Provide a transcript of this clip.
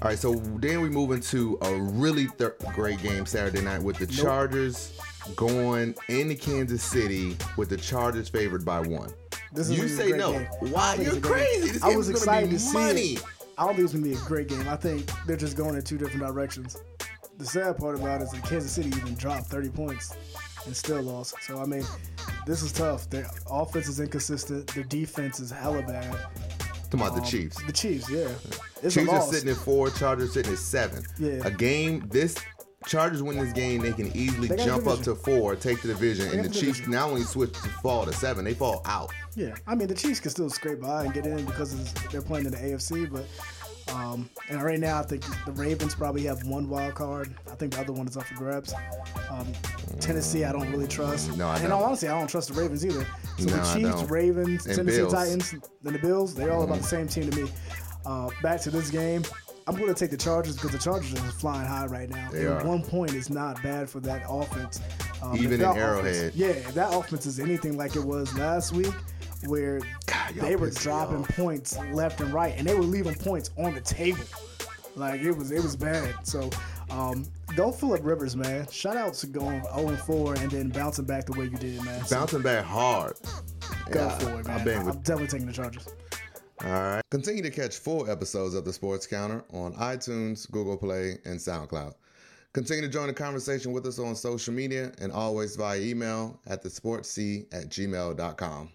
All right, so then we move into a really thir- great game Saturday night with the Chargers going into Kansas City with the Chargers favored by one. This You gonna be a say great no. game. Why? I think You're it's a great crazy. game. This I was game's gonna excited be to see money. it. I don't think it's gonna be a great game. I think they're just going in two different directions. The sad part about it is that Kansas City even dropped 30 points and still lost. So I mean, this is tough. Their offense is inconsistent. Their defense is hella bad. Talking about the Chiefs. The Chiefs, yeah. Um, It's a Chiefs are loss. sitting at four, Chargers sitting at seven. Yeah. A game, this Chargers win this game, they can easily They got the jump up to division. four, take the division, and got the the Chiefs division. not only switch to fall to seven, they fall out. Yeah, I mean the Chiefs can still scrape by and get in because it's- they're playing in the AFC, but um, and right now I think the Ravens probably have one wild card. I think the other one is up for grabs. Um, Tennessee, I don't really trust. No, I and don't. all honestly, I don't trust the Ravens either. So No, I the Chiefs, don't. Ravens, And Tennessee Bills. Mm-hmm. Titans, and the Bills, they're all about the same team to me. Uh, back to this game. I'm going to take the Chargers because the Chargers are flying high right now. They and are. One point is not bad for that offense. Um, Even if in that offense- Arrowhead. yeah, if that offense is anything like it was last week, where God, y'all they were pissing me dropping off. points left and right, and they were leaving points on the table, like it was it was bad. So, um, go Philip Rivers, man. Shout out to going 0 4 and then bouncing back the way you did, man. So Bouncing back hard. go Yeah, for it, man. I bang with I'm definitely taking the Chargers. All right. Continue to catch full episodes of The Sports Counter on iTunes, Google Play, and SoundCloud. Continue to join the conversation with us on social media and always via email at thesportsc at gmail.com.